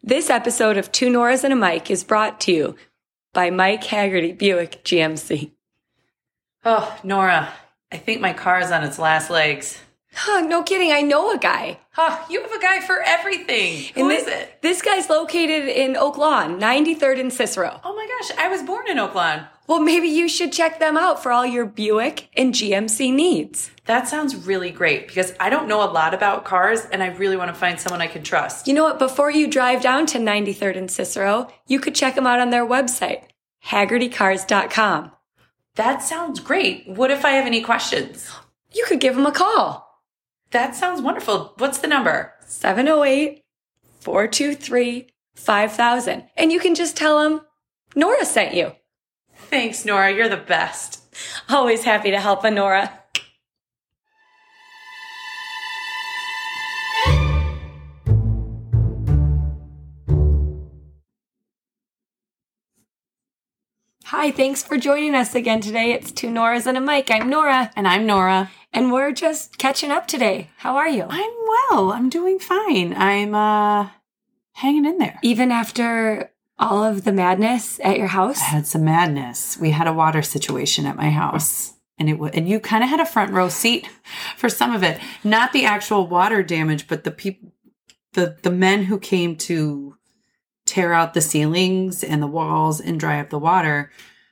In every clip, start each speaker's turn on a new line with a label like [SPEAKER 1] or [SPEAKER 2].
[SPEAKER 1] This episode of Two Noras and a Mike is brought to you by Mike Haggerty Buick GMC.
[SPEAKER 2] Oh, Nora, I think my car is on its last legs.
[SPEAKER 1] Huh, no kidding, I know a guy.
[SPEAKER 2] Huh, you have a guy for everything. Who
[SPEAKER 1] And
[SPEAKER 2] is
[SPEAKER 1] thi-
[SPEAKER 2] it?
[SPEAKER 1] This guy's located in Oak Lawn, 93rd and Cicero.
[SPEAKER 2] Oh my gosh, I was born in Oakland.
[SPEAKER 1] Well, maybe you should check them out for all your Buick and GMC needs.
[SPEAKER 2] That sounds really great because I don't know a lot about cars and I really want to find someone I can trust.
[SPEAKER 1] You know what? Before you drive down to 93rd and Cicero, you could check them out on their website, haggertycars.com.
[SPEAKER 2] That sounds great. What if I have any questions?
[SPEAKER 1] You could give them a call,
[SPEAKER 2] That sounds wonderful. What's the number?
[SPEAKER 1] 708 423 5000. And you can just tell them Nora sent you.
[SPEAKER 2] Thanks, Nora. You're the best.
[SPEAKER 1] Always happy to help a Nora. Hi, thanks for joining us again today. It's two Noras and a Mike. I'm Nora,
[SPEAKER 2] And I'm Nora.
[SPEAKER 1] and we're just catching up today. How are you?
[SPEAKER 2] I'm well. I'm doing fine. I'm uh hanging in there.
[SPEAKER 1] Even after all of the madness at your house?
[SPEAKER 2] I had some madness. We had a water situation at my house. And it wa and you kind of had a front row seat for some of it. Not the actual water damage, but the people the the men who came to tear out the ceilings and the walls and dry up the water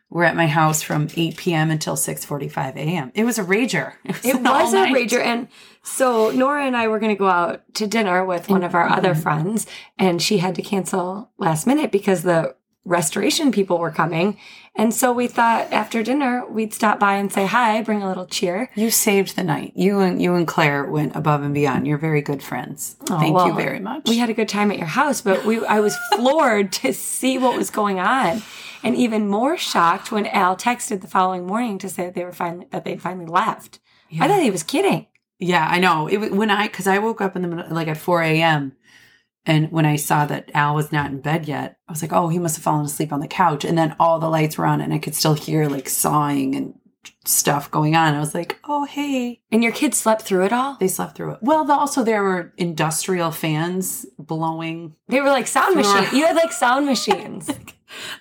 [SPEAKER 2] were at my house from 8 p.m. until 6:45 a.m. It was a rager.
[SPEAKER 1] It
[SPEAKER 2] an all
[SPEAKER 1] was a
[SPEAKER 2] night.
[SPEAKER 1] rager. And so Nora and I were going to go out to dinner with one of our other
[SPEAKER 2] Mm-hmm.
[SPEAKER 1] friends, and she had to cancel last minute because the restoration people were coming. And so we thought after dinner, we'd stop by and say hi, bring a little cheer.
[SPEAKER 2] You saved the night. You and you and Claire went above and beyond. You're very good friends. Thank
[SPEAKER 1] Oh, well,
[SPEAKER 2] you very much.
[SPEAKER 1] We had a good time at your house, but we I was floored to see what was going on. And even more shocked when Al texted the following morning to say that they were finally that they'd finally left. I thought he was kidding.
[SPEAKER 2] Yeah, I know. It wa- when I because I woke up in the middle, like at four a.m. and when I saw that Al was not in bed yet, I was like, oh, he must have fallen asleep on the couch. And then all the lights were on, and I could still hear like sawing and stuff going on. I was like, oh, hey,
[SPEAKER 1] And your kids slept through it all?
[SPEAKER 2] they slept through it. Well, the, also there were industrial fans blowing.
[SPEAKER 1] They were like sound
[SPEAKER 2] Sure.
[SPEAKER 1] machines. You had like sound machines.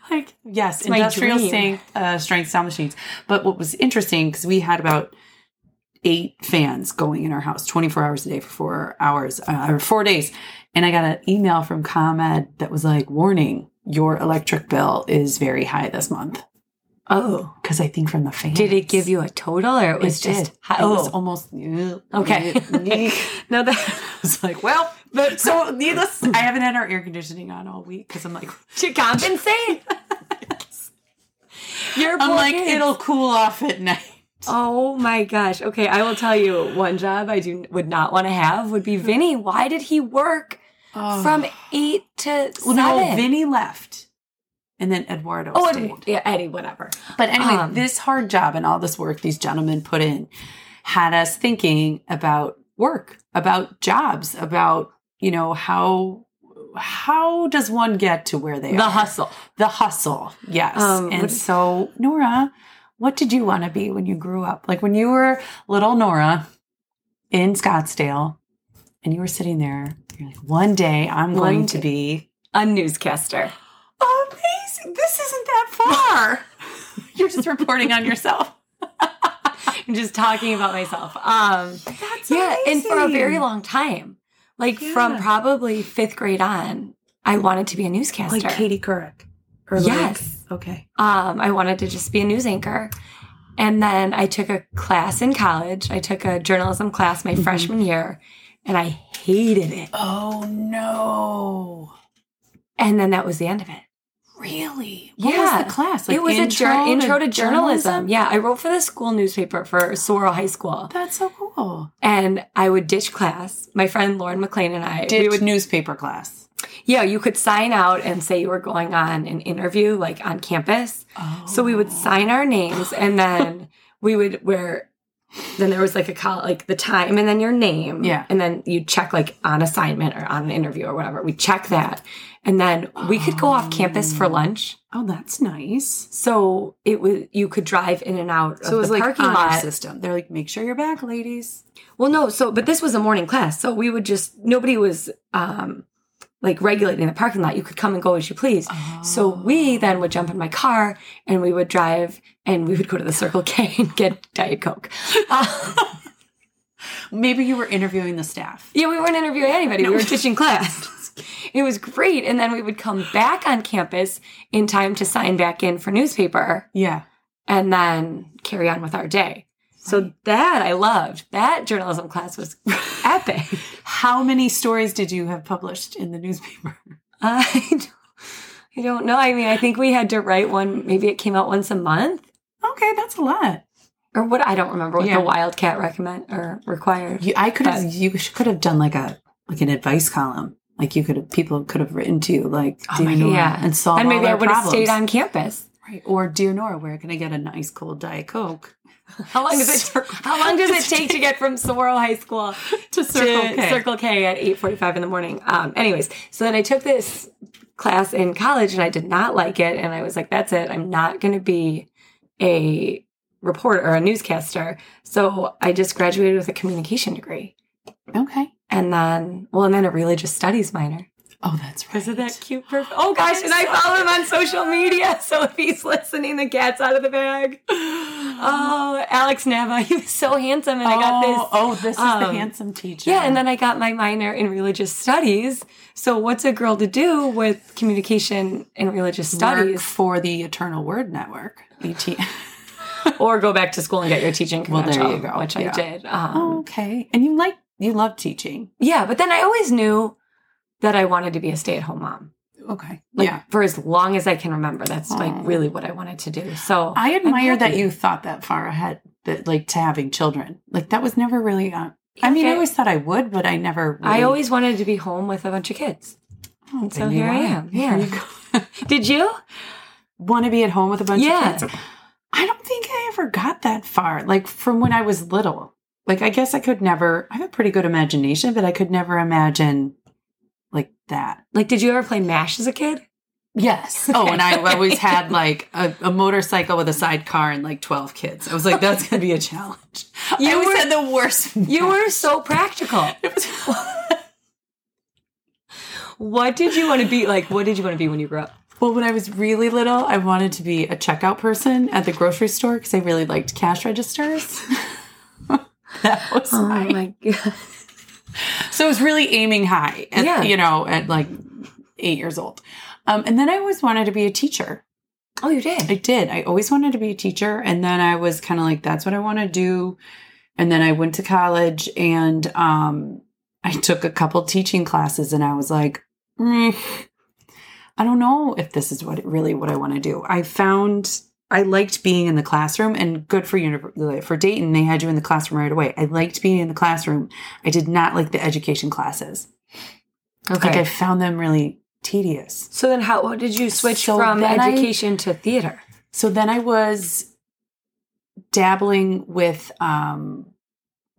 [SPEAKER 2] Like yes,
[SPEAKER 1] my
[SPEAKER 2] industrial
[SPEAKER 1] dream.
[SPEAKER 2] strength, uh, strength sound machines. But what was interesting because we had about eight fans going in our house 24 hours a day for four hours uh, or four days and i got an email from comed that was like warning your electric bill is very high this month
[SPEAKER 1] Oh.
[SPEAKER 2] because i think from the fans
[SPEAKER 1] Did it give you a total or it
[SPEAKER 2] it
[SPEAKER 1] was just
[SPEAKER 2] did.
[SPEAKER 1] hi-
[SPEAKER 2] it was
[SPEAKER 1] oh.
[SPEAKER 2] almost
[SPEAKER 1] Okay.
[SPEAKER 2] i
[SPEAKER 1] no that
[SPEAKER 2] was like well but so needless i haven't had our air conditioning on all week because i'm like
[SPEAKER 1] to compensate. Your
[SPEAKER 2] i'm
[SPEAKER 1] poor
[SPEAKER 2] like
[SPEAKER 1] kids.
[SPEAKER 2] it'll cool off at night
[SPEAKER 1] Oh my gosh. Okay, I will tell you one job I do would not want to have would be Vinny. Why did he work from 8 to 7?
[SPEAKER 2] Oh. Well, no, Vinny left, and then Eduardo
[SPEAKER 1] oh,
[SPEAKER 2] stayed.
[SPEAKER 1] and, yeah, Eddie, whatever.
[SPEAKER 2] but anyway,
[SPEAKER 1] um,
[SPEAKER 2] this hard job and all this work these gentlemen put in had us thinking about work, about jobs, about you know how how does one get to where they
[SPEAKER 1] The
[SPEAKER 2] are?
[SPEAKER 1] hustle.
[SPEAKER 2] The hustle, yes.
[SPEAKER 1] Um,
[SPEAKER 2] and
[SPEAKER 1] what-
[SPEAKER 2] so, Nora, what did you want to be when you grew up? Like when you were little Nora in Scottsdale, and you were sitting there, you're like, one day I'm
[SPEAKER 1] One
[SPEAKER 2] going to
[SPEAKER 1] day.
[SPEAKER 2] be
[SPEAKER 1] A newscaster.
[SPEAKER 2] Amazing. This isn't that far. You're just reporting on yourself.
[SPEAKER 1] I'm just talking about myself. Um
[SPEAKER 2] That's
[SPEAKER 1] Yeah, and for a very
[SPEAKER 2] amazing.
[SPEAKER 1] long time. Like from
[SPEAKER 2] Yeah.
[SPEAKER 1] probably fifth grade on, I wanted to be a newscaster.
[SPEAKER 2] like Katie Couric. Or
[SPEAKER 1] Yes.
[SPEAKER 2] Like, okay.
[SPEAKER 1] um, I wanted to just be a news anchor. And then I took a class in college. I took a journalism class
[SPEAKER 2] Mm-hmm.
[SPEAKER 1] my freshman year and I hated it.
[SPEAKER 2] Oh no.
[SPEAKER 1] And then that was the end of it.
[SPEAKER 2] Really? What was the class?
[SPEAKER 1] it was a jour- intro to journalism. Yeah, I wrote for the school newspaper for Sorrel High School.
[SPEAKER 2] That's so cool.
[SPEAKER 1] And I would ditch class. My friend Lauren McLean and I, we
[SPEAKER 2] Did
[SPEAKER 1] would
[SPEAKER 2] newspaper class.
[SPEAKER 1] Yeah, you could sign out and say you were going on an interview like on campus.
[SPEAKER 2] Oh.
[SPEAKER 1] So we would sign our names and then we would wear then there was like a call like the time and then your name.
[SPEAKER 2] Yeah.
[SPEAKER 1] And then you check like on assignment or on an interview or whatever. We check that. And then we could go off campus for lunch.
[SPEAKER 2] Oh, that's nice.
[SPEAKER 1] So it was you could drive in and out
[SPEAKER 2] So it
[SPEAKER 1] of
[SPEAKER 2] was
[SPEAKER 1] the
[SPEAKER 2] like
[SPEAKER 1] parking
[SPEAKER 2] honor
[SPEAKER 1] lot.
[SPEAKER 2] system. They're like, make sure you're back, ladies.
[SPEAKER 1] Well, no, so but this was a morning class, so we would just nobody was um like regulating the parking lot. You could come and go as you please. So we then would jump in my car and we would drive and we would go to the Circle K and get Diet Coke. Uh,
[SPEAKER 2] Maybe you were interviewing the staff.
[SPEAKER 1] yeah, we weren't interviewing anybody. We were teaching class. It was great. And then we would come back on campus in time to sign back in for newspaper
[SPEAKER 2] Yeah.
[SPEAKER 1] and then carry on with our day. So that I loved. That journalism class was epic.
[SPEAKER 2] How many stories did you have published in the newspaper?
[SPEAKER 1] I don't, I don't know. I mean, I think we had to write one. Maybe it came out once a month,
[SPEAKER 2] Okay, that's a lot.
[SPEAKER 1] or what? I don't remember what
[SPEAKER 2] Yeah.
[SPEAKER 1] the Wildcat recommend or required.
[SPEAKER 2] You, I could have. You could have done like a like an advice column. Like you could have people could have written to you like,
[SPEAKER 1] Oh
[SPEAKER 2] dear
[SPEAKER 1] my-
[SPEAKER 2] Nora,
[SPEAKER 1] yeah.
[SPEAKER 2] and solve
[SPEAKER 1] and maybe
[SPEAKER 2] all
[SPEAKER 1] I
[SPEAKER 2] our
[SPEAKER 1] would have
[SPEAKER 2] problems.
[SPEAKER 1] stayed on campus.
[SPEAKER 2] Right. Or dear Nora, where can I get a nice cold diet coke?
[SPEAKER 1] How long does it? How long does it take to get from Saguaro High School
[SPEAKER 2] to
[SPEAKER 1] to Circle K at eight forty-five in the morning? Um, anyways, so then I took this class in college, and I did not like it, and I was like, "That's it. I'm not going to be a reporter or a newscaster." So I just graduated with a communication degree.
[SPEAKER 2] Okay.
[SPEAKER 1] and then well, and then a religious studies minor.
[SPEAKER 2] Oh, that's right.
[SPEAKER 1] Isn't that cute? Perfect. Oh gosh, and I follow him on social media, so if he's listening, the cat's out of the bag. Oh, Alex Nava, he was so handsome, and I got
[SPEAKER 2] oh,
[SPEAKER 1] this.
[SPEAKER 2] Oh, this is the
[SPEAKER 1] um,
[SPEAKER 2] handsome teacher.
[SPEAKER 1] Yeah, and then I got my minor in religious studies. So, what's a girl to do with communication and religious
[SPEAKER 2] studies
[SPEAKER 1] studies,
[SPEAKER 2] for the Eternal Word Network. E ET.
[SPEAKER 1] or go back to school and get your teaching
[SPEAKER 2] Well, there
[SPEAKER 1] credential?
[SPEAKER 2] you go.
[SPEAKER 1] which
[SPEAKER 2] Yeah.
[SPEAKER 1] I did. Um,
[SPEAKER 2] okay. And you like you love teaching.
[SPEAKER 1] Yeah, but then I always knew that I wanted to be a stay-at-home mom.
[SPEAKER 2] Okay.
[SPEAKER 1] like
[SPEAKER 2] yeah.
[SPEAKER 1] for as long as I can remember. That's like
[SPEAKER 2] Aw.
[SPEAKER 1] really what I wanted to do. So
[SPEAKER 2] I admire that
[SPEAKER 1] happy.
[SPEAKER 2] you thought that far ahead, that like to having children. Like that was never really. Uh, I mean,
[SPEAKER 1] Okay.
[SPEAKER 2] I
[SPEAKER 1] Mm.
[SPEAKER 2] always thought I would, but I never. Really,
[SPEAKER 1] I always wanted to be home with a bunch of kids.
[SPEAKER 2] Oh,
[SPEAKER 1] so
[SPEAKER 2] then you
[SPEAKER 1] here I
[SPEAKER 2] are.
[SPEAKER 1] am.
[SPEAKER 2] Here
[SPEAKER 1] Yeah.
[SPEAKER 2] you go.
[SPEAKER 1] Did you?
[SPEAKER 2] want to be at home with a bunch
[SPEAKER 1] Yeah.
[SPEAKER 2] of kids. I don't think I ever got that far. Like from when I was little. Like I guess I could never I have a pretty good imagination, but I could never imagine like that.
[SPEAKER 1] Like, did you ever play MASH as a kid?
[SPEAKER 2] Yes. Oh, and I always had like a, a motorcycle with a sidecar and like twelve kids. I was like, that's gonna be a challenge. You
[SPEAKER 1] You
[SPEAKER 2] I always
[SPEAKER 1] were-
[SPEAKER 2] had the worst
[SPEAKER 1] You were so practical.
[SPEAKER 2] It was-
[SPEAKER 1] What did you want to be? Like, what did you want to be when you grew up?
[SPEAKER 2] Well, when I was really little, I wanted to be a checkout person at the grocery store because I really liked cash registers. that was
[SPEAKER 1] Oh.
[SPEAKER 2] my
[SPEAKER 1] my god.
[SPEAKER 2] So it was really aiming high, at,
[SPEAKER 1] Yeah.
[SPEAKER 2] you know, at like eight years old. Um, and then I always wanted to be a teacher.
[SPEAKER 1] Oh, you did.
[SPEAKER 2] I did. I always wanted to be a teacher. And then I was kind of like, that's what I want to do. And then I went to college and um, I took a couple teaching classes and I was like, "Meh, I don't know if this is what really what I want to do. I found I liked being in the classroom and good for uni- for Dayton. They had you in the classroom right away. I liked being in the classroom. I did not like the education classes.
[SPEAKER 1] Okay.
[SPEAKER 2] Like I found them really tedious.
[SPEAKER 1] so then, how what did you switch
[SPEAKER 2] So
[SPEAKER 1] from
[SPEAKER 2] then I-
[SPEAKER 1] education to theater?
[SPEAKER 2] so then I was dabbling with um,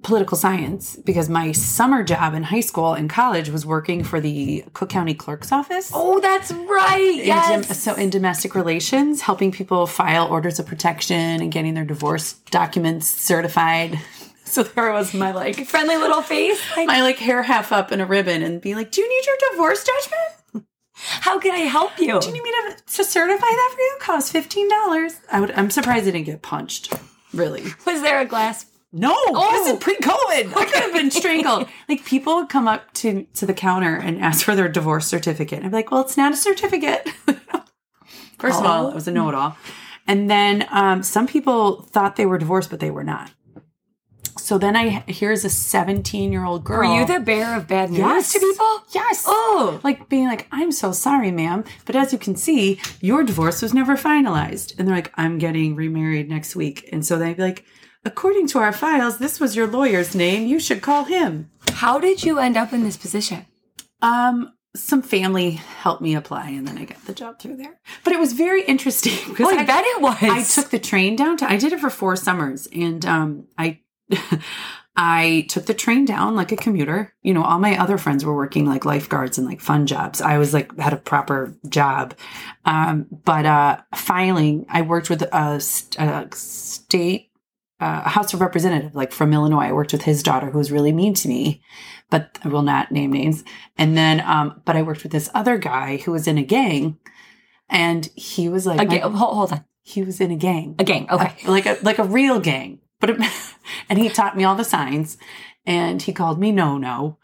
[SPEAKER 2] political science because my summer job in high school and college was working for the Cook County Clerk's Office.
[SPEAKER 1] Oh, that's right.
[SPEAKER 2] In
[SPEAKER 1] Yes.
[SPEAKER 2] dom- so in domestic relations, helping people file orders of protection and getting their divorce documents certified. So there was my like
[SPEAKER 1] friendly little face. Like,
[SPEAKER 2] my like hair half up in a ribbon and being like, "Do you need your divorce judgment?"
[SPEAKER 1] how can I help you?
[SPEAKER 2] Do you need me to, to certify that for you? Cost fifteen dollars. I would. I'm surprised I didn't get punched. Really?
[SPEAKER 1] Was there a glass?
[SPEAKER 2] No. This is pre-COVID. I could have been strangled. Like people would come up to to the counter and ask for their divorce certificate. I'm like, well, it's not a certificate. First of all,
[SPEAKER 1] Oh.
[SPEAKER 2] it was a know-it-all, and then um, some people thought they were divorced, but they were not. So then I here's a 17 year old girl.
[SPEAKER 1] Were you the bearer of bad news
[SPEAKER 2] Yes.
[SPEAKER 1] to people?
[SPEAKER 2] Yes.
[SPEAKER 1] Oh.
[SPEAKER 2] Like being like, I'm so sorry, ma'am, but as you can see, your divorce was never finalized. And they're like, I'm getting remarried next week. And so they'd be like, according to our files, this was your lawyer's name. You should call him.
[SPEAKER 1] How did you end up in this position?
[SPEAKER 2] Um, some family helped me apply, and then I got the job through there. But it was very interesting because
[SPEAKER 1] Oh, I, bet it was.
[SPEAKER 2] I took the train down to I did it for four summers and um I I took the train down like a commuter. You know, all my other friends were working like lifeguards and like fun jobs. I was like had a proper job. Um but uh filing, I worked with a, st- a state uh, House of Representative, like from Illinois. I worked with his daughter, who was really mean to me, but I will not name names. And then, um, but I worked with this other guy who was in a gang, and he was like,
[SPEAKER 1] A
[SPEAKER 2] my-
[SPEAKER 1] gang. Hold, hold on.
[SPEAKER 2] he was in a gang,
[SPEAKER 1] A gang. Okay.
[SPEAKER 2] like a like a real gang. But it, and he taught me all the signs, and he called me no no,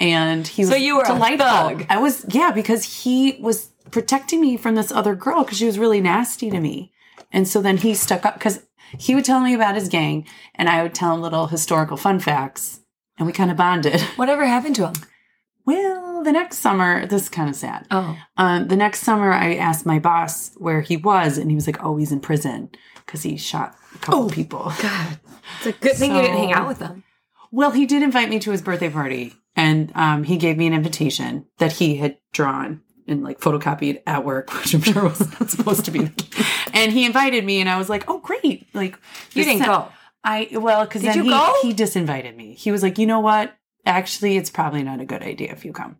[SPEAKER 2] and he was
[SPEAKER 1] So you were a
[SPEAKER 2] delightful.
[SPEAKER 1] thug.
[SPEAKER 2] I was yeah because he was protecting me from this other girl because she was really nasty to me, and so then he stuck up because he would tell me about his gang, and I would tell him little historical fun facts, and we kind of bonded.
[SPEAKER 1] Whatever happened to him?
[SPEAKER 2] Well, the next summer, this is kind of sad.
[SPEAKER 1] Oh.
[SPEAKER 2] Um, the next summer, I asked my boss where he was, and he was like, "Oh, he's in prison because he shot a couple
[SPEAKER 1] Oh.
[SPEAKER 2] people."
[SPEAKER 1] God. It's a good thing you didn't hang out with them.
[SPEAKER 2] Well, he did invite me to his birthday party, and um, he gave me an invitation that he had drawn and like photocopied at work, which I'm sure was not supposed to be. And he invited me, and I was like, "Oh, great!" Like
[SPEAKER 1] You
[SPEAKER 2] this
[SPEAKER 1] didn't
[SPEAKER 2] sen-
[SPEAKER 1] go.
[SPEAKER 2] I well, because
[SPEAKER 1] Did
[SPEAKER 2] then
[SPEAKER 1] you
[SPEAKER 2] he,
[SPEAKER 1] go?
[SPEAKER 2] he disinvited me. He was like, "You know what? Actually, it's probably not a good idea if you come."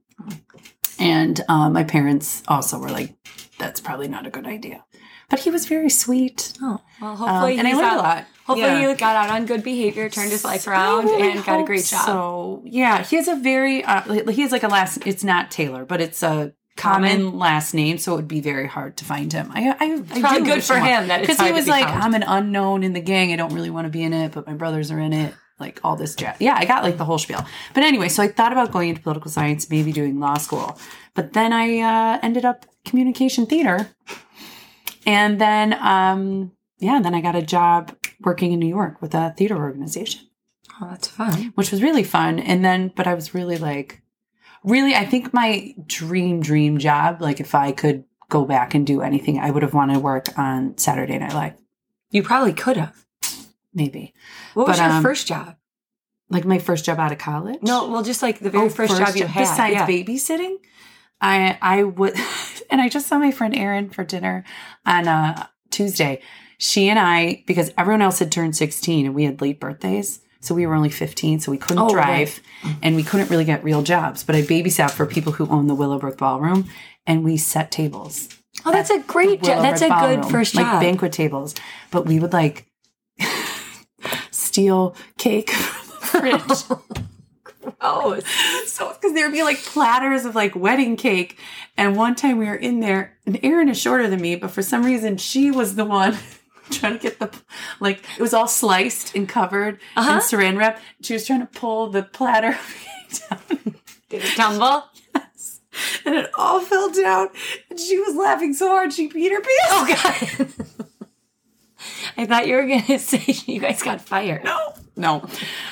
[SPEAKER 2] And uh, my parents also were like, "That's probably not a good idea." But he was very sweet,
[SPEAKER 1] Oh. Well,
[SPEAKER 2] um,
[SPEAKER 1] hopefully
[SPEAKER 2] and I
[SPEAKER 1] he's
[SPEAKER 2] learned
[SPEAKER 1] out-
[SPEAKER 2] a lot.
[SPEAKER 1] Hopefully
[SPEAKER 2] Yeah.
[SPEAKER 1] you got out on good behavior, turned his life around,
[SPEAKER 2] I really
[SPEAKER 1] and got a
[SPEAKER 2] hope
[SPEAKER 1] great job.
[SPEAKER 2] So yeah, he has a very uh, he has like a last. It's not Taylor, but it's a common
[SPEAKER 1] Common.
[SPEAKER 2] last name, so it would be very hard to find him. I, I, I
[SPEAKER 1] probably
[SPEAKER 2] do
[SPEAKER 1] good
[SPEAKER 2] wish
[SPEAKER 1] for him that it's
[SPEAKER 2] because
[SPEAKER 1] hard
[SPEAKER 2] he
[SPEAKER 1] to
[SPEAKER 2] was
[SPEAKER 1] be
[SPEAKER 2] like,
[SPEAKER 1] found.
[SPEAKER 2] I'm an unknown in the gang. I don't really want to be in it, but my brothers are in it. Like all this jazz. Yeah, I got like the whole spiel. But anyway, so I thought about going into political science, maybe doing law school, but then I uh, ended up communication theater, and then um, yeah, then I got a job working in New York with a theater organization
[SPEAKER 1] Oh, that's fun.
[SPEAKER 2] which was really fun. And then, but I was really like, really, I think my dream, dream job, like if I could go back and do anything, I would have wanted to work on Saturday Night Live,
[SPEAKER 1] You probably could have.
[SPEAKER 2] maybe.
[SPEAKER 1] What was
[SPEAKER 2] But,
[SPEAKER 1] your
[SPEAKER 2] um,
[SPEAKER 1] first job?
[SPEAKER 2] Like my first job out of college.
[SPEAKER 1] No, well, just like the very
[SPEAKER 2] Oh,
[SPEAKER 1] first, job you had.
[SPEAKER 2] Besides
[SPEAKER 1] yeah.
[SPEAKER 2] babysitting, I I would, and I just saw my friend Erin for dinner on uh, Tuesday. She and I, because everyone else had turned sixteen and we had late birthdays, so we were only fifteen, so we couldn't
[SPEAKER 1] Oh,
[SPEAKER 2] drive, and we couldn't really get real jobs. But I babysat for people who owned the Willowbrook Ballroom, and we set tables.
[SPEAKER 1] oh, that's a great job. That's a
[SPEAKER 2] Willowbrook
[SPEAKER 1] good
[SPEAKER 2] Ballroom,
[SPEAKER 1] first
[SPEAKER 2] like
[SPEAKER 1] job.
[SPEAKER 2] banquet tables. But we would like steal cake from the fridge
[SPEAKER 1] oh,
[SPEAKER 2] so because there would be like platters of like wedding cake and one time we were in there and erin is shorter than me but for some reason she was the one trying to get the like it was all sliced and covered
[SPEAKER 1] Uh-huh.
[SPEAKER 2] in saran wrap she was trying to pull the platter of cake down
[SPEAKER 1] did it tumble?
[SPEAKER 2] and it all fell down and she was laughing so hard she beat her pants
[SPEAKER 1] Oh God! I thought you were gonna say you guys got fired.
[SPEAKER 2] no no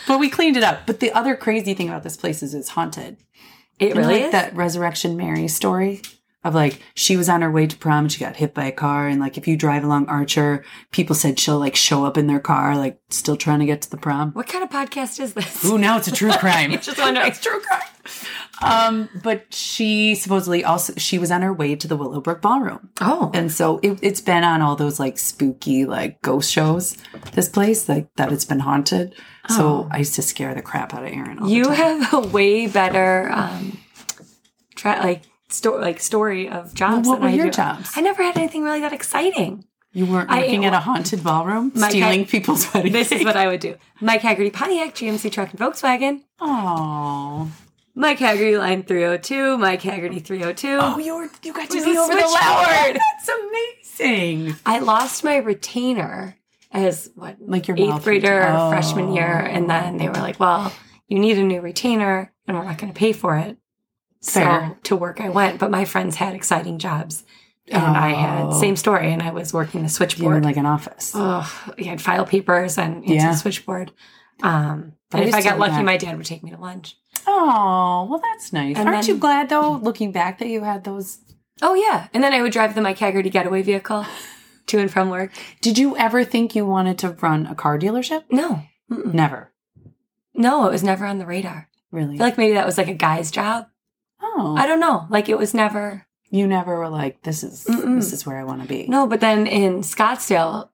[SPEAKER 2] but we cleaned it up but the other crazy thing about this place is it's haunted
[SPEAKER 1] It
[SPEAKER 2] You know,
[SPEAKER 1] really
[SPEAKER 2] like
[SPEAKER 1] is.
[SPEAKER 2] that Resurrection Mary story of like she was on her way to prom and she got hit by a car and like if you drive along Archer, people said she'll like show up in their car like still trying to get to the prom.
[SPEAKER 1] What kind of podcast is this?
[SPEAKER 2] Ooh, now it's a true crime.
[SPEAKER 1] Just wondering.
[SPEAKER 2] it's true crime. Um, but she supposedly also she was on her way to the Willowbrook Ballroom,
[SPEAKER 1] Oh,
[SPEAKER 2] and so it, it's been on all those like spooky like ghost shows. This place like that it's been haunted. So I used to scare the crap out of Aaron. All the
[SPEAKER 1] Oh. you
[SPEAKER 2] time.
[SPEAKER 1] have a way better um, try like story like story of jobs.
[SPEAKER 2] Well, what
[SPEAKER 1] than I
[SPEAKER 2] were your
[SPEAKER 1] do.
[SPEAKER 2] jobs?
[SPEAKER 1] I never had anything really that exciting.
[SPEAKER 2] You weren't
[SPEAKER 1] I-
[SPEAKER 2] working at a haunted ballroom,
[SPEAKER 1] My
[SPEAKER 2] stealing
[SPEAKER 1] cat-
[SPEAKER 2] people's wedding.
[SPEAKER 1] This is what I would do. Mike Haggerty Pontiac GMC truck and Volkswagen.
[SPEAKER 2] Oh.
[SPEAKER 1] Mike Haggerty line 302. Mike Haggerty 302.
[SPEAKER 2] Oh, you were, you got to
[SPEAKER 1] Was
[SPEAKER 2] be
[SPEAKER 1] a
[SPEAKER 2] over the
[SPEAKER 1] switch.
[SPEAKER 2] loud. That's amazing.
[SPEAKER 1] I lost my retainer as what
[SPEAKER 2] Like your
[SPEAKER 1] eighth
[SPEAKER 2] mouth
[SPEAKER 1] grader
[SPEAKER 2] retainer. Oh.
[SPEAKER 1] freshman year, and then they were like, "Well, you need a new retainer, and we're not going to pay for it."
[SPEAKER 2] Fair.
[SPEAKER 1] So to work I went, but my friends had exciting jobs, and I had
[SPEAKER 2] Oh.
[SPEAKER 1] same story, and I was working the
[SPEAKER 2] You were in
[SPEAKER 1] switchboard.
[SPEAKER 2] like an office.
[SPEAKER 1] Ugh, you had file papers and into
[SPEAKER 2] Yeah.
[SPEAKER 1] the switchboard. Um,
[SPEAKER 2] But I
[SPEAKER 1] and if I
[SPEAKER 2] used to
[SPEAKER 1] got
[SPEAKER 2] do
[SPEAKER 1] lucky,
[SPEAKER 2] that.
[SPEAKER 1] my dad would take me to lunch.
[SPEAKER 2] Oh, well, that's nice.
[SPEAKER 1] And
[SPEAKER 2] Aren't
[SPEAKER 1] then-
[SPEAKER 2] you glad though, looking back, that you had those?
[SPEAKER 1] Oh yeah, and then I would drive the Mike Haggerty getaway vehicle to and from work.
[SPEAKER 2] Did you ever think you wanted to run a car dealership?
[SPEAKER 1] No,
[SPEAKER 2] Never,
[SPEAKER 1] no, it was never on the radar. I
[SPEAKER 2] really.
[SPEAKER 1] feel like maybe that was like a guy's job.
[SPEAKER 2] oh,
[SPEAKER 1] I don't know. Like it was never
[SPEAKER 2] you never were like, this is
[SPEAKER 1] Mm-mm.
[SPEAKER 2] this is where I want to be.
[SPEAKER 1] no. But then in Scottsdale,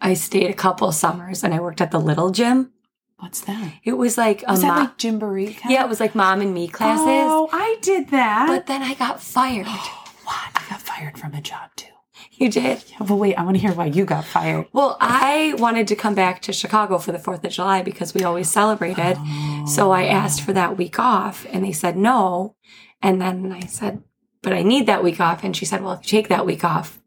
[SPEAKER 1] I stayed a couple summers and I worked at the little gym.
[SPEAKER 2] What's that?
[SPEAKER 1] It was like a
[SPEAKER 2] Was that
[SPEAKER 1] mo-
[SPEAKER 2] like Gymboree? kind
[SPEAKER 1] yeah,
[SPEAKER 2] of-
[SPEAKER 1] it was like mom and me classes.
[SPEAKER 2] Oh, I did that.
[SPEAKER 1] But then I got fired.
[SPEAKER 2] What? I got fired from a job too.
[SPEAKER 1] You did?
[SPEAKER 2] Yeah, but wait, I want to hear why you got fired.
[SPEAKER 1] Well, I wanted to come back to Chicago for the 4th of July because we always celebrated. So I asked for that week off and they said no. And then I said, but I need that week off. And she said, well, if you take that week off,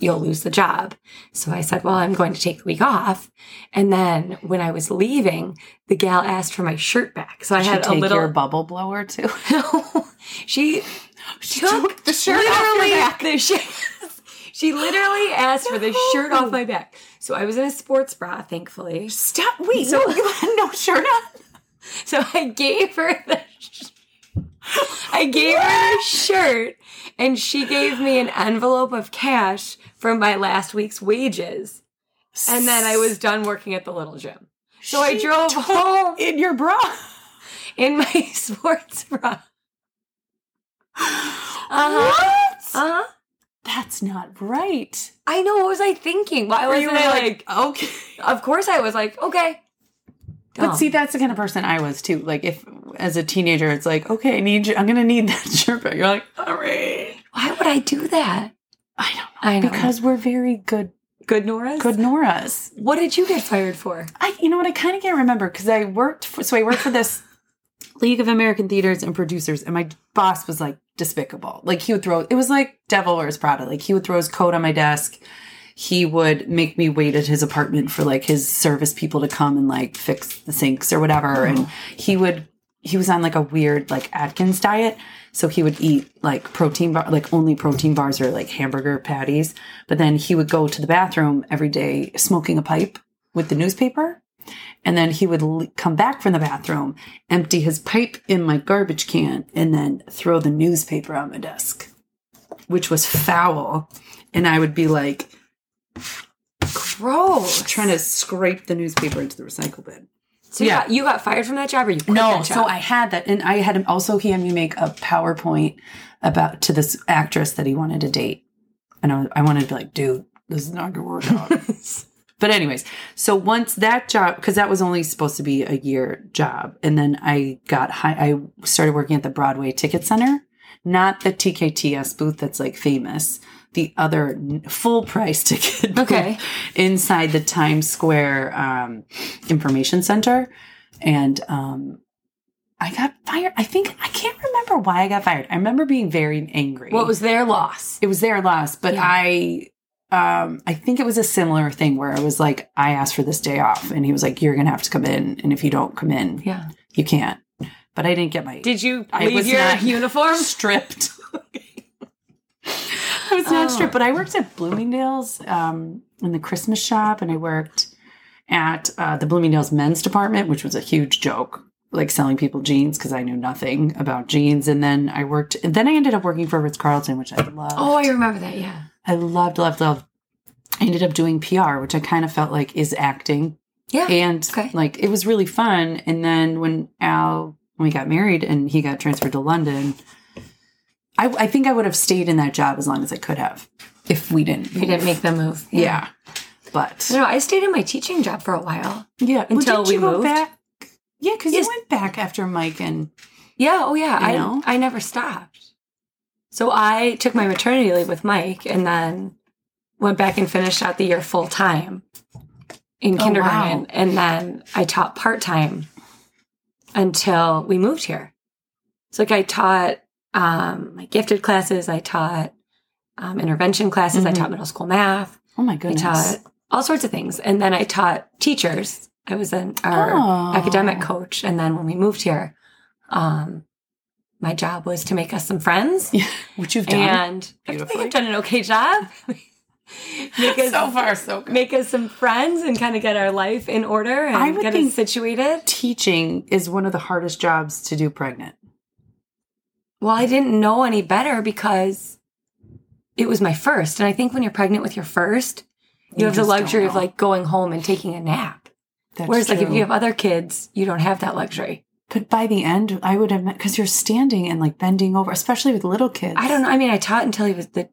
[SPEAKER 1] you'll lose the job. So I said, well, I'm going to take the week off. And then when I was leaving, the gal asked for my shirt back. So I
[SPEAKER 2] I
[SPEAKER 1] had
[SPEAKER 2] had
[SPEAKER 1] a
[SPEAKER 2] take
[SPEAKER 1] little.
[SPEAKER 2] your bubble blower too.
[SPEAKER 1] she
[SPEAKER 2] she
[SPEAKER 1] took
[SPEAKER 2] the shirt
[SPEAKER 1] literally the shirt. She literally asked for the shirt off my back. So I was in a sports bra, thankfully.
[SPEAKER 2] Stop! Wait,
[SPEAKER 1] So-
[SPEAKER 2] no, you had no shirt on.
[SPEAKER 1] So I gave her the sh- I gave her the shirt and she gave me an envelope of cash from my last week's wages. And then I was done working at the little gym. So I
[SPEAKER 2] She
[SPEAKER 1] drove
[SPEAKER 2] took-
[SPEAKER 1] home
[SPEAKER 2] in your bra.
[SPEAKER 1] in my sports bra. Uh-huh.
[SPEAKER 2] What?
[SPEAKER 1] Uh-huh.
[SPEAKER 2] That's not right.
[SPEAKER 1] I know. What was I thinking? Why
[SPEAKER 2] Were
[SPEAKER 1] was
[SPEAKER 2] you
[SPEAKER 1] I like,
[SPEAKER 2] like okay?
[SPEAKER 1] Of course, I was like, okay.
[SPEAKER 2] But
[SPEAKER 1] Dumb.
[SPEAKER 2] see, that's the kind of person I was too. Like, if as a teenager, it's like, okay, I need, you, I'm gonna need that shirt back. You're like, all right,
[SPEAKER 1] why would I do that?
[SPEAKER 2] I don't know,
[SPEAKER 1] I know.
[SPEAKER 2] because we're very good,
[SPEAKER 1] Good Nora's.
[SPEAKER 2] good Noras.
[SPEAKER 1] What did you get fired for?
[SPEAKER 2] I, you know what, I kind of can't remember because I worked for, so I worked for this League of American Theaters and Producers, and my boss was like despicable. Like he would throw, it was like Devil Wears Prada. Like he would throw his coat on my desk. He would make me wait at his apartment for like his service people to come and like fix the sinks or whatever. And he would, he was on like a weird like Atkins diet. So he would eat like protein bar, like only protein bars or like hamburger patties. But then he would go to the bathroom every day smoking a pipe with the newspaper and then he would l- come back from the bathroom, empty his pipe in my garbage can, and then throw the newspaper on my desk, which was foul. And I would be like
[SPEAKER 1] Gross.
[SPEAKER 2] trying to scrape the newspaper into the recycle bin.
[SPEAKER 1] So you,
[SPEAKER 2] Yeah.
[SPEAKER 1] got, you got fired from that job, or you quit
[SPEAKER 2] No,
[SPEAKER 1] that
[SPEAKER 2] so
[SPEAKER 1] job?
[SPEAKER 2] I had that, and I had him also. He had me make a PowerPoint about to this actress that he wanted to date, and I, was- I wanted to be like, dude, this is not gonna work out. but anyways, so once that job, because that was only supposed to be a year job, and then I got high. I started working at the Broadway Ticket Center, not the TKTS booth that's like famous. The other n- full price ticket, booth
[SPEAKER 1] Okay.
[SPEAKER 2] inside the Times Square um, information center, and um, I got fired. I think I can't remember why I got fired. I remember being very angry.
[SPEAKER 1] what was their loss?
[SPEAKER 2] it was their loss, but
[SPEAKER 1] Yeah.
[SPEAKER 2] I um I think it was a similar thing where it was like I asked for this day off and he was like you're going to have to come in and if you don't come in,
[SPEAKER 1] Yeah.
[SPEAKER 2] you can't. But I didn't get my
[SPEAKER 1] Did you
[SPEAKER 2] I
[SPEAKER 1] leave
[SPEAKER 2] was
[SPEAKER 1] your
[SPEAKER 2] not-
[SPEAKER 1] uniform?
[SPEAKER 2] stripped. I was not
[SPEAKER 1] Oh.
[SPEAKER 2] stripped, but I worked at Bloomingdale's um, in the Christmas shop, and I worked at uh, the Bloomingdale's men's department, which was a huge joke, like selling people jeans because I knew nothing about jeans. And then I worked, and then I ended up working for Ritz Carlton, which I loved.
[SPEAKER 1] Oh, I remember that. Yeah.
[SPEAKER 2] I loved, loved, loved. I ended up doing PR, which I kind of felt like is acting
[SPEAKER 1] Yeah.
[SPEAKER 2] and
[SPEAKER 1] Okay.
[SPEAKER 2] like it was really fun. And then when Al when we got married and he got transferred to London, I, I think I would have stayed in that job as long as I could have if we didn't.
[SPEAKER 1] You didn't make the move.
[SPEAKER 2] yeah, but
[SPEAKER 1] No, I stayed in my teaching job for a while.
[SPEAKER 2] yeah.
[SPEAKER 1] Until
[SPEAKER 2] didn't
[SPEAKER 1] we
[SPEAKER 2] you go
[SPEAKER 1] moved.
[SPEAKER 2] back? Yeah, because
[SPEAKER 1] Yes.
[SPEAKER 2] you went back after Mike and
[SPEAKER 1] Yeah. Oh, yeah.
[SPEAKER 2] You
[SPEAKER 1] I
[SPEAKER 2] know?
[SPEAKER 1] I never stopped. So I took my maternity leave with Mike, and then went back and finished out the year full time in
[SPEAKER 2] Oh,
[SPEAKER 1] kindergarten,
[SPEAKER 2] wow.
[SPEAKER 1] and then I taught part time until we moved here. So like I taught um, my gifted classes, I taught um, intervention classes, I
[SPEAKER 2] Mhm.
[SPEAKER 1] taught middle school math,
[SPEAKER 2] oh my
[SPEAKER 1] I
[SPEAKER 2] goodness,
[SPEAKER 1] taught all sorts of things, and then I taught teachers. I was an our
[SPEAKER 2] Oh.
[SPEAKER 1] academic coach, and then when we moved here, um, my job was to make us some friends,
[SPEAKER 2] yeah, which you've done
[SPEAKER 1] and I think
[SPEAKER 2] Beautifully.
[SPEAKER 1] I've done an okay job. make us
[SPEAKER 2] so far so good.
[SPEAKER 1] make us some friends and kind of get our life in order and
[SPEAKER 2] I would
[SPEAKER 1] get
[SPEAKER 2] think-
[SPEAKER 1] us situated.
[SPEAKER 2] Teaching is one of the hardest jobs to do pregnant.
[SPEAKER 1] Well, I didn't know any better because it was my first, and I think when you're pregnant with your first, you, have the
[SPEAKER 2] just don't
[SPEAKER 1] luxury of
[SPEAKER 2] know.
[SPEAKER 1] like going home and taking a nap.
[SPEAKER 2] That's
[SPEAKER 1] Whereas, like, if
[SPEAKER 2] true.
[SPEAKER 1] you have other kids, you don't have that luxury.
[SPEAKER 2] But by the end, I would have because you're standing and like bending over, especially with little kids.
[SPEAKER 1] I don't know. I mean, I taught until he was the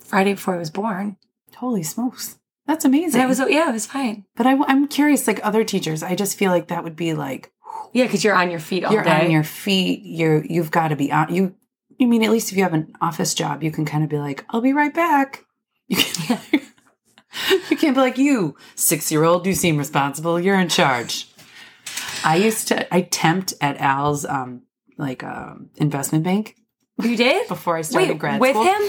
[SPEAKER 1] Friday before he was born.
[SPEAKER 2] Holy smokes, that's amazing.
[SPEAKER 1] And I was, yeah, it was fine.
[SPEAKER 2] but I, am curious, like other teachers, I just feel like that would be like
[SPEAKER 1] Yeah, because you're on your feet all
[SPEAKER 2] you're
[SPEAKER 1] day.
[SPEAKER 2] on your feet. You're you've got to be on you. You mean at least if you have an office job, you can kind of be like, I'll be right back. You can't, you can't be like, you six year old, you seem responsible, you're in charge. I used to, I temped at Al's um, like um, investment bank
[SPEAKER 1] You did?
[SPEAKER 2] before I started
[SPEAKER 1] Wait,
[SPEAKER 2] grad
[SPEAKER 1] with
[SPEAKER 2] school
[SPEAKER 1] him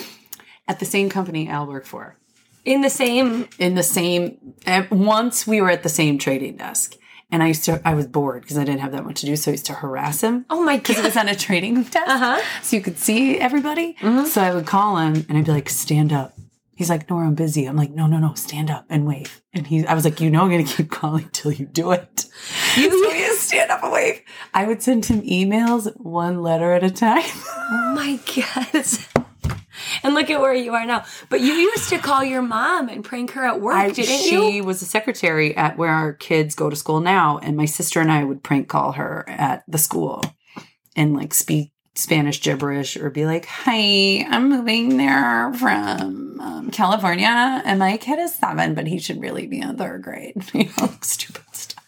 [SPEAKER 2] at the same company Al worked for.
[SPEAKER 1] in the same.
[SPEAKER 2] in the same at- once we were at the same trading desk and i used to i was bored because i didn't have that much to do so i used to harass him
[SPEAKER 1] Oh my
[SPEAKER 2] because it
[SPEAKER 1] god!
[SPEAKER 2] was on a trading desk
[SPEAKER 1] Uh-huh. Mm-hmm.
[SPEAKER 2] so you could see everybody so i would call him and i'd be like stand up he's like no i'm busy i'm like no no no stand up and wave and he i was like you know i'm gonna keep calling till you do it you stand up and wave i would send him emails one letter at a time
[SPEAKER 1] Oh my god! And look at where you are now. But you used to call your mom and prank her at work,
[SPEAKER 2] I,
[SPEAKER 1] didn't
[SPEAKER 2] she
[SPEAKER 1] you?
[SPEAKER 2] was a secretary at where our kids go to school now, and my sister and I would prank call her at the school and like speak Spanish gibberish or be like, "Hi, I'm moving there from um, California, and my kid is seven, but he should really be in third grade." You know, stupid stuff.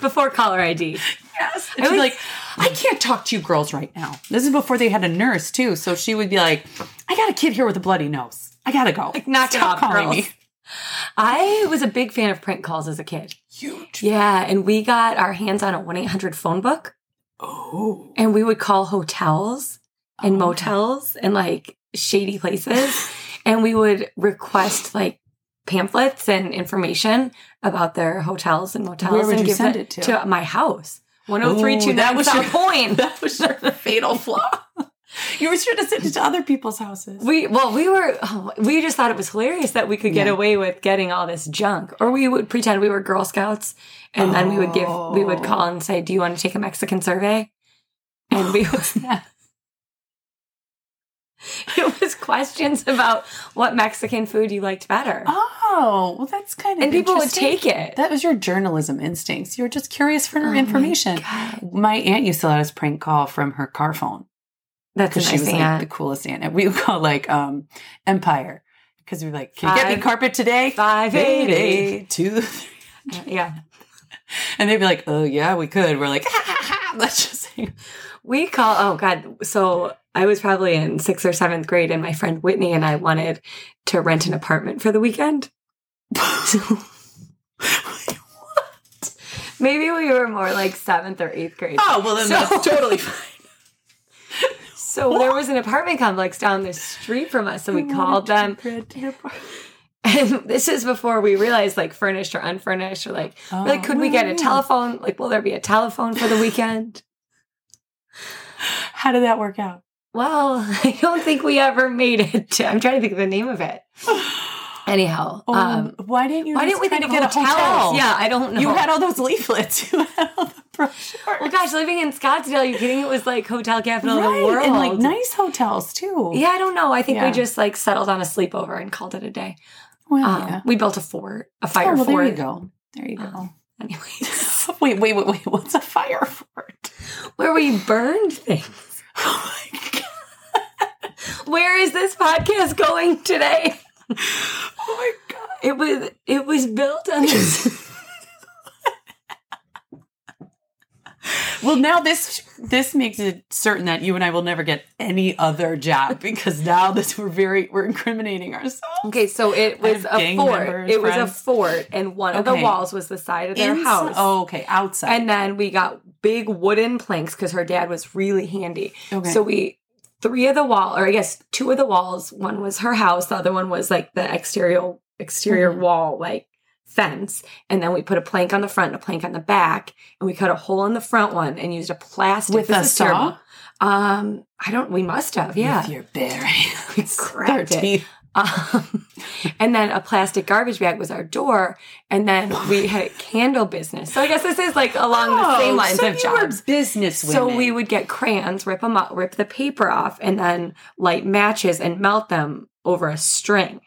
[SPEAKER 1] Before caller ID.
[SPEAKER 2] Yes, and she'd
[SPEAKER 1] was-
[SPEAKER 2] be like, "I can't talk to you girls right now." This is before they had a nurse too, so she would be like, "I got a kid here with a bloody nose. I gotta go.
[SPEAKER 1] knock it
[SPEAKER 2] Stop
[SPEAKER 1] off,
[SPEAKER 2] calling
[SPEAKER 1] girls."
[SPEAKER 2] me."
[SPEAKER 1] I was a big fan of prank calls as a kid.
[SPEAKER 2] Huge.
[SPEAKER 1] Yeah, and we got our hands on a 1 800 phone book
[SPEAKER 2] Oh.
[SPEAKER 1] and we would call hotels and motels and like shady places. and we would request like pamphlets and information about their hotels and motels.
[SPEAKER 2] Where would
[SPEAKER 1] and
[SPEAKER 2] you send it to?
[SPEAKER 1] my house.
[SPEAKER 2] Ooh, that
[SPEAKER 1] 1032
[SPEAKER 2] was
[SPEAKER 1] was our
[SPEAKER 2] your-
[SPEAKER 1] point.
[SPEAKER 2] That was your fatal flaw. You were sure to send it to other people's houses.
[SPEAKER 1] We well, we were oh, we just thought it was hilarious that we could get
[SPEAKER 2] Yeah.
[SPEAKER 1] away with getting all this junk, or we would pretend we were Girl Scouts, and then we would give we would call and say, "Do you want to take a Mexican survey?" And we would, it was questions about what Mexican food you liked better,
[SPEAKER 2] oh, well, that's kind of
[SPEAKER 1] and people would
[SPEAKER 2] interesting. Oh
[SPEAKER 1] take it.
[SPEAKER 2] That was your journalism instincts. You were just curious for
[SPEAKER 1] my
[SPEAKER 2] information.
[SPEAKER 1] God.
[SPEAKER 2] My, aunt used to let us prank call from her car phone
[SPEAKER 1] That's a
[SPEAKER 2] because
[SPEAKER 1] nice
[SPEAKER 2] she was like
[SPEAKER 1] aunt.
[SPEAKER 2] the coolest aunt. And we would call like um, Empire because we were like, "Can you get me
[SPEAKER 1] Five-
[SPEAKER 2] carpet today?"
[SPEAKER 1] five eight
[SPEAKER 2] eight, eight,
[SPEAKER 1] eight.
[SPEAKER 2] two, three.
[SPEAKER 1] yeah.
[SPEAKER 2] and they'd be like, "Oh yeah, we could." We're like, "Let's just." Say.
[SPEAKER 1] We call, oh God. So I was probably in sixth or seventh grade, and my friend Whitney and I wanted to rent an apartment for the weekend. So- Maybe we were more like seventh or eighth grade.
[SPEAKER 2] Oh well, then
[SPEAKER 1] So-
[SPEAKER 2] that's totally fine.
[SPEAKER 1] So there was an apartment complex down the street from us,
[SPEAKER 2] Oh
[SPEAKER 1] and we called them. And this is before we realized like furnished or unfurnished, or like, we're like
[SPEAKER 2] Oh,
[SPEAKER 1] could we get a
[SPEAKER 2] yeah.
[SPEAKER 1] telephone? Like, will there be a telephone for the weekend?
[SPEAKER 2] How did that work out?
[SPEAKER 1] Well, I don't think we ever made it. To, I'm trying to think of the name of it. Anyhow, um,
[SPEAKER 2] why didn't Oh, you?
[SPEAKER 1] why didn't
[SPEAKER 2] just
[SPEAKER 1] we
[SPEAKER 2] try
[SPEAKER 1] think of
[SPEAKER 2] to
[SPEAKER 1] hotels? Yeah, I don't know.
[SPEAKER 2] you had all those leaflets. You had all the brochures.
[SPEAKER 1] well, gosh, living in Scottsdale, are you kidding? It was like hotel capital of
[SPEAKER 2] Right,
[SPEAKER 1] the world.
[SPEAKER 2] and like nice hotels too.
[SPEAKER 1] yeah, I don't know. I think
[SPEAKER 2] Yeah.
[SPEAKER 1] we just like settled on a sleepover and called it a day.
[SPEAKER 2] well,
[SPEAKER 1] Um,
[SPEAKER 2] yeah.
[SPEAKER 1] We built a fort, a
[SPEAKER 2] Oh,
[SPEAKER 1] fire
[SPEAKER 2] well, there
[SPEAKER 1] fort. Um,
[SPEAKER 2] you go. There you go.
[SPEAKER 1] Anyways,
[SPEAKER 2] wait, wait, wait, wait. What's a fire fort?
[SPEAKER 1] where we burned things.
[SPEAKER 2] Oh my god!
[SPEAKER 1] Where is this podcast going today?
[SPEAKER 2] Oh my god!
[SPEAKER 1] It was it was built on this.
[SPEAKER 2] Well, now this this makes it certain that you and I will never get any other job because now this we're very we're incriminating ourselves.
[SPEAKER 1] okay, so it was a
[SPEAKER 2] gang
[SPEAKER 1] fort.
[SPEAKER 2] members,
[SPEAKER 1] it was
[SPEAKER 2] friends.
[SPEAKER 1] a fort, and one of the
[SPEAKER 2] Okay.
[SPEAKER 1] walls was the side of their
[SPEAKER 2] Inside-
[SPEAKER 1] house.
[SPEAKER 2] Oh, okay. Outside.
[SPEAKER 1] And then we got big wooden planks because her dad was really handy.
[SPEAKER 2] Okay.
[SPEAKER 1] So we three of the wall, or I guess two of the walls. One was her house. The other one was like the exterior exterior
[SPEAKER 2] Mhm.
[SPEAKER 1] wall, like fence. And then we put a plank on the front, and a plank on the back, and we cut a hole in the front one and used a plastic
[SPEAKER 2] With
[SPEAKER 1] this
[SPEAKER 2] a
[SPEAKER 1] is
[SPEAKER 2] saw?
[SPEAKER 1] terrible. Um, I don't. We must have. Yeah.
[SPEAKER 2] With your bare hands.
[SPEAKER 1] cracked it. Um, and then a plastic garbage bag was our door, and then we had a candle business. So I guess this is like along the same lines
[SPEAKER 2] Oh, so
[SPEAKER 1] of
[SPEAKER 2] you
[SPEAKER 1] jobs.
[SPEAKER 2] Were business
[SPEAKER 1] So we would get crayons, rip them up, rip the paper off, and then light matches and melt them over a string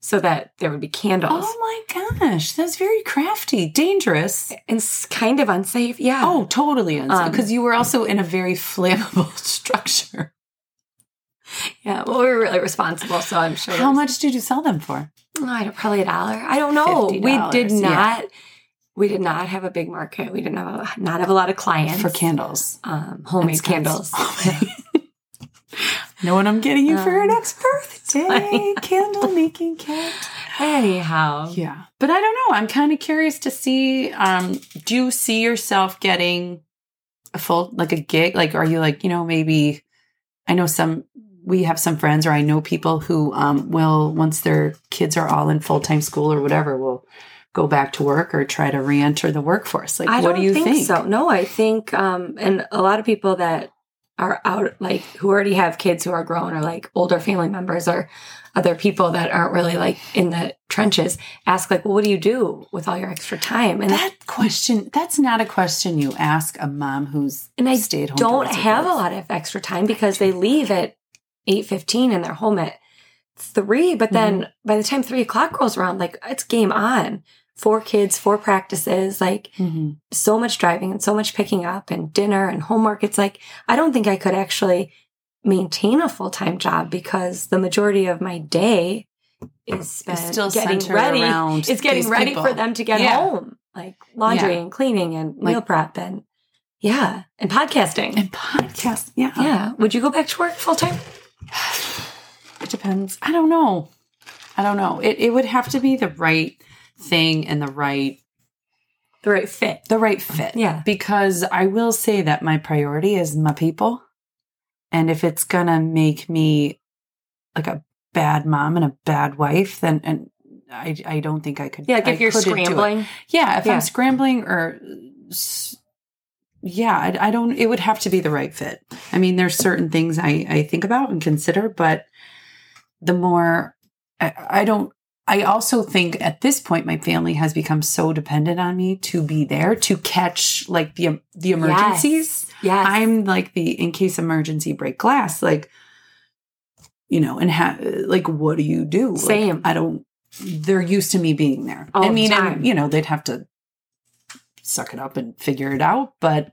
[SPEAKER 1] so that there would be candles.
[SPEAKER 2] Oh my gosh, that's very crafty, dangerous.
[SPEAKER 1] And it's kind of unsafe. Yeah.
[SPEAKER 2] Oh, totally.
[SPEAKER 1] Um,
[SPEAKER 2] Because you were also in a very flammable structure.
[SPEAKER 1] Yeah. Well, we were really responsible, so I'm sure.
[SPEAKER 2] How
[SPEAKER 1] there's-
[SPEAKER 2] much did you sell them for?
[SPEAKER 1] Oh, I don't, probably a dollar. I don't know. We did
[SPEAKER 2] $50, yeah.
[SPEAKER 1] not. We did not have a big market. We did not have a, not have a lot of clients
[SPEAKER 2] For candles.
[SPEAKER 1] Um, homemade
[SPEAKER 2] Scots.
[SPEAKER 1] candles.
[SPEAKER 2] Oh my- Know what I'm getting you for your
[SPEAKER 1] Um,
[SPEAKER 2] next birthday? Candle making kit.
[SPEAKER 1] Anyhow,
[SPEAKER 2] Yeah. But I don't know. I'm kind of curious to see um do you see yourself getting a full like a gig? Like are you like, you know, maybe I know some we have some friends or I know people who um will once their kids are all in full-time school or whatever will go back to work or try to re-enter the workforce. Like
[SPEAKER 1] I
[SPEAKER 2] what
[SPEAKER 1] don't
[SPEAKER 2] do you think?
[SPEAKER 1] so. No, I think, um, and a lot of people that are out, like who already have kids who are grown, or like older family members, or other people that aren't really like in the trenches, ask like, "Well, what do you do with all your extra time?" And
[SPEAKER 2] That question, that's not a question you ask a mom who's
[SPEAKER 1] and I
[SPEAKER 2] stayed home.
[SPEAKER 1] don't have a lot of extra time because they leave at eight fifteen and they're home at three. But then
[SPEAKER 2] Mm-hmm.
[SPEAKER 1] by the time three o'clock rolls around, like it's game on. Four kids, four practices, like
[SPEAKER 2] hmm
[SPEAKER 1] so much driving and so much picking up and dinner and homework. It's like, I don't think I could actually maintain a full time job because the majority of my day is spent
[SPEAKER 2] still
[SPEAKER 1] getting
[SPEAKER 2] centered
[SPEAKER 1] ready.
[SPEAKER 2] around
[SPEAKER 1] It's getting
[SPEAKER 2] these
[SPEAKER 1] ready for
[SPEAKER 2] people.
[SPEAKER 1] them to get
[SPEAKER 2] Yeah.
[SPEAKER 1] home, like laundry
[SPEAKER 2] Yeah.
[SPEAKER 1] and cleaning and
[SPEAKER 2] Like-
[SPEAKER 1] meal prep and yeah, and podcasting.
[SPEAKER 2] And uh, podcast, yeah.
[SPEAKER 1] yeah. Would you go back to work full time?
[SPEAKER 2] It depends. I don't know. I don't know. It it would have to be the right thing and the right
[SPEAKER 1] The right fit.
[SPEAKER 2] the right fit.
[SPEAKER 1] Yeah.
[SPEAKER 2] Because I will say that my priority is my people. And if it's gonna make me like a bad mom and a bad wife, then and I I don't think I could.
[SPEAKER 1] Yeah, like
[SPEAKER 2] I
[SPEAKER 1] if you're
[SPEAKER 2] couldn't do it.
[SPEAKER 1] scrambling.
[SPEAKER 2] Yeah, if
[SPEAKER 1] Yeah.
[SPEAKER 2] I'm scrambling or s- yeah, I, I don't. It would have to be the right fit. I mean, there's certain things I I think about and consider, but the more I, I don't. I also think at this point my family has become so dependent on me to be there to catch like the the emergencies.
[SPEAKER 1] Yes.
[SPEAKER 2] I'm like the in case emergency break glass, like you know, and ha- like what do you do? Like,
[SPEAKER 1] Same.
[SPEAKER 2] I don't. They're used to me being there.
[SPEAKER 1] All
[SPEAKER 2] I
[SPEAKER 1] the
[SPEAKER 2] mean, and,
[SPEAKER 1] time.
[SPEAKER 2] you know, they'd have to suck it up and figure it out, but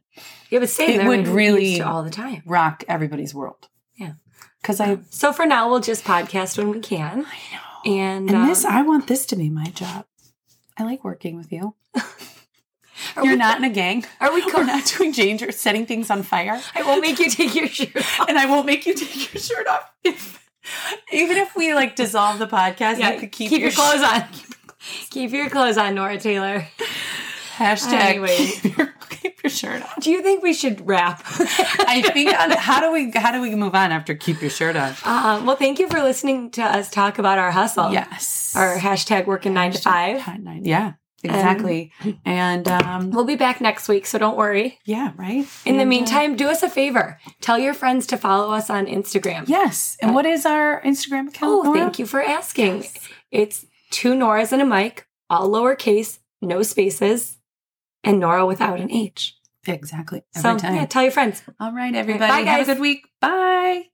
[SPEAKER 1] yeah, but same.
[SPEAKER 2] it
[SPEAKER 1] they're
[SPEAKER 2] would
[SPEAKER 1] used
[SPEAKER 2] really-
[SPEAKER 1] to all the time.
[SPEAKER 2] rock everybody's world.
[SPEAKER 1] Yeah. Um,
[SPEAKER 2] because I
[SPEAKER 1] So for now, we'll just podcast when we can.
[SPEAKER 2] I know.
[SPEAKER 1] And,
[SPEAKER 2] And this,
[SPEAKER 1] um,
[SPEAKER 2] I want this to be my job. I like working with you.
[SPEAKER 1] Are
[SPEAKER 2] You're
[SPEAKER 1] we-
[SPEAKER 2] not in a gang.
[SPEAKER 1] Are we
[SPEAKER 2] We're
[SPEAKER 1] co-
[SPEAKER 2] not doing danger, setting things on fire.
[SPEAKER 1] I won't make you take your shoes off.
[SPEAKER 2] and I won't make you take your shirt off. If, even if we like dissolve the podcast, you could keep,
[SPEAKER 1] your, clothes
[SPEAKER 2] sh-
[SPEAKER 1] on. Keep your clothes on, Nora Taylor.
[SPEAKER 2] Hashtag
[SPEAKER 1] Anyway.
[SPEAKER 2] keep, your, keep your shirt on.
[SPEAKER 1] Do you think we should wrap?
[SPEAKER 2] I think on, how do we how do we move on after keep your shirt on?
[SPEAKER 1] um, well, thank you for listening to us talk about our hustle.
[SPEAKER 2] Yes,
[SPEAKER 1] Our hashtag working nine to five.
[SPEAKER 2] Yeah, exactly. and um,
[SPEAKER 1] We'll be back next week, so don't worry.
[SPEAKER 2] yeah, right.
[SPEAKER 1] In the
[SPEAKER 2] And, uh,
[SPEAKER 1] meantime, do us a favor. Tell your friends to follow us on Instagram.
[SPEAKER 2] yes. And what is our Instagram account?
[SPEAKER 1] Oh, thank you for asking. It's two Noras and a mic, all lowercase, no spaces, and Nora without an H.
[SPEAKER 2] you. Exactly. Every
[SPEAKER 1] So
[SPEAKER 2] time.
[SPEAKER 1] yeah, tell your friends.
[SPEAKER 2] All right, everybody.
[SPEAKER 1] Bye, guys.
[SPEAKER 2] Have a good week. Bye.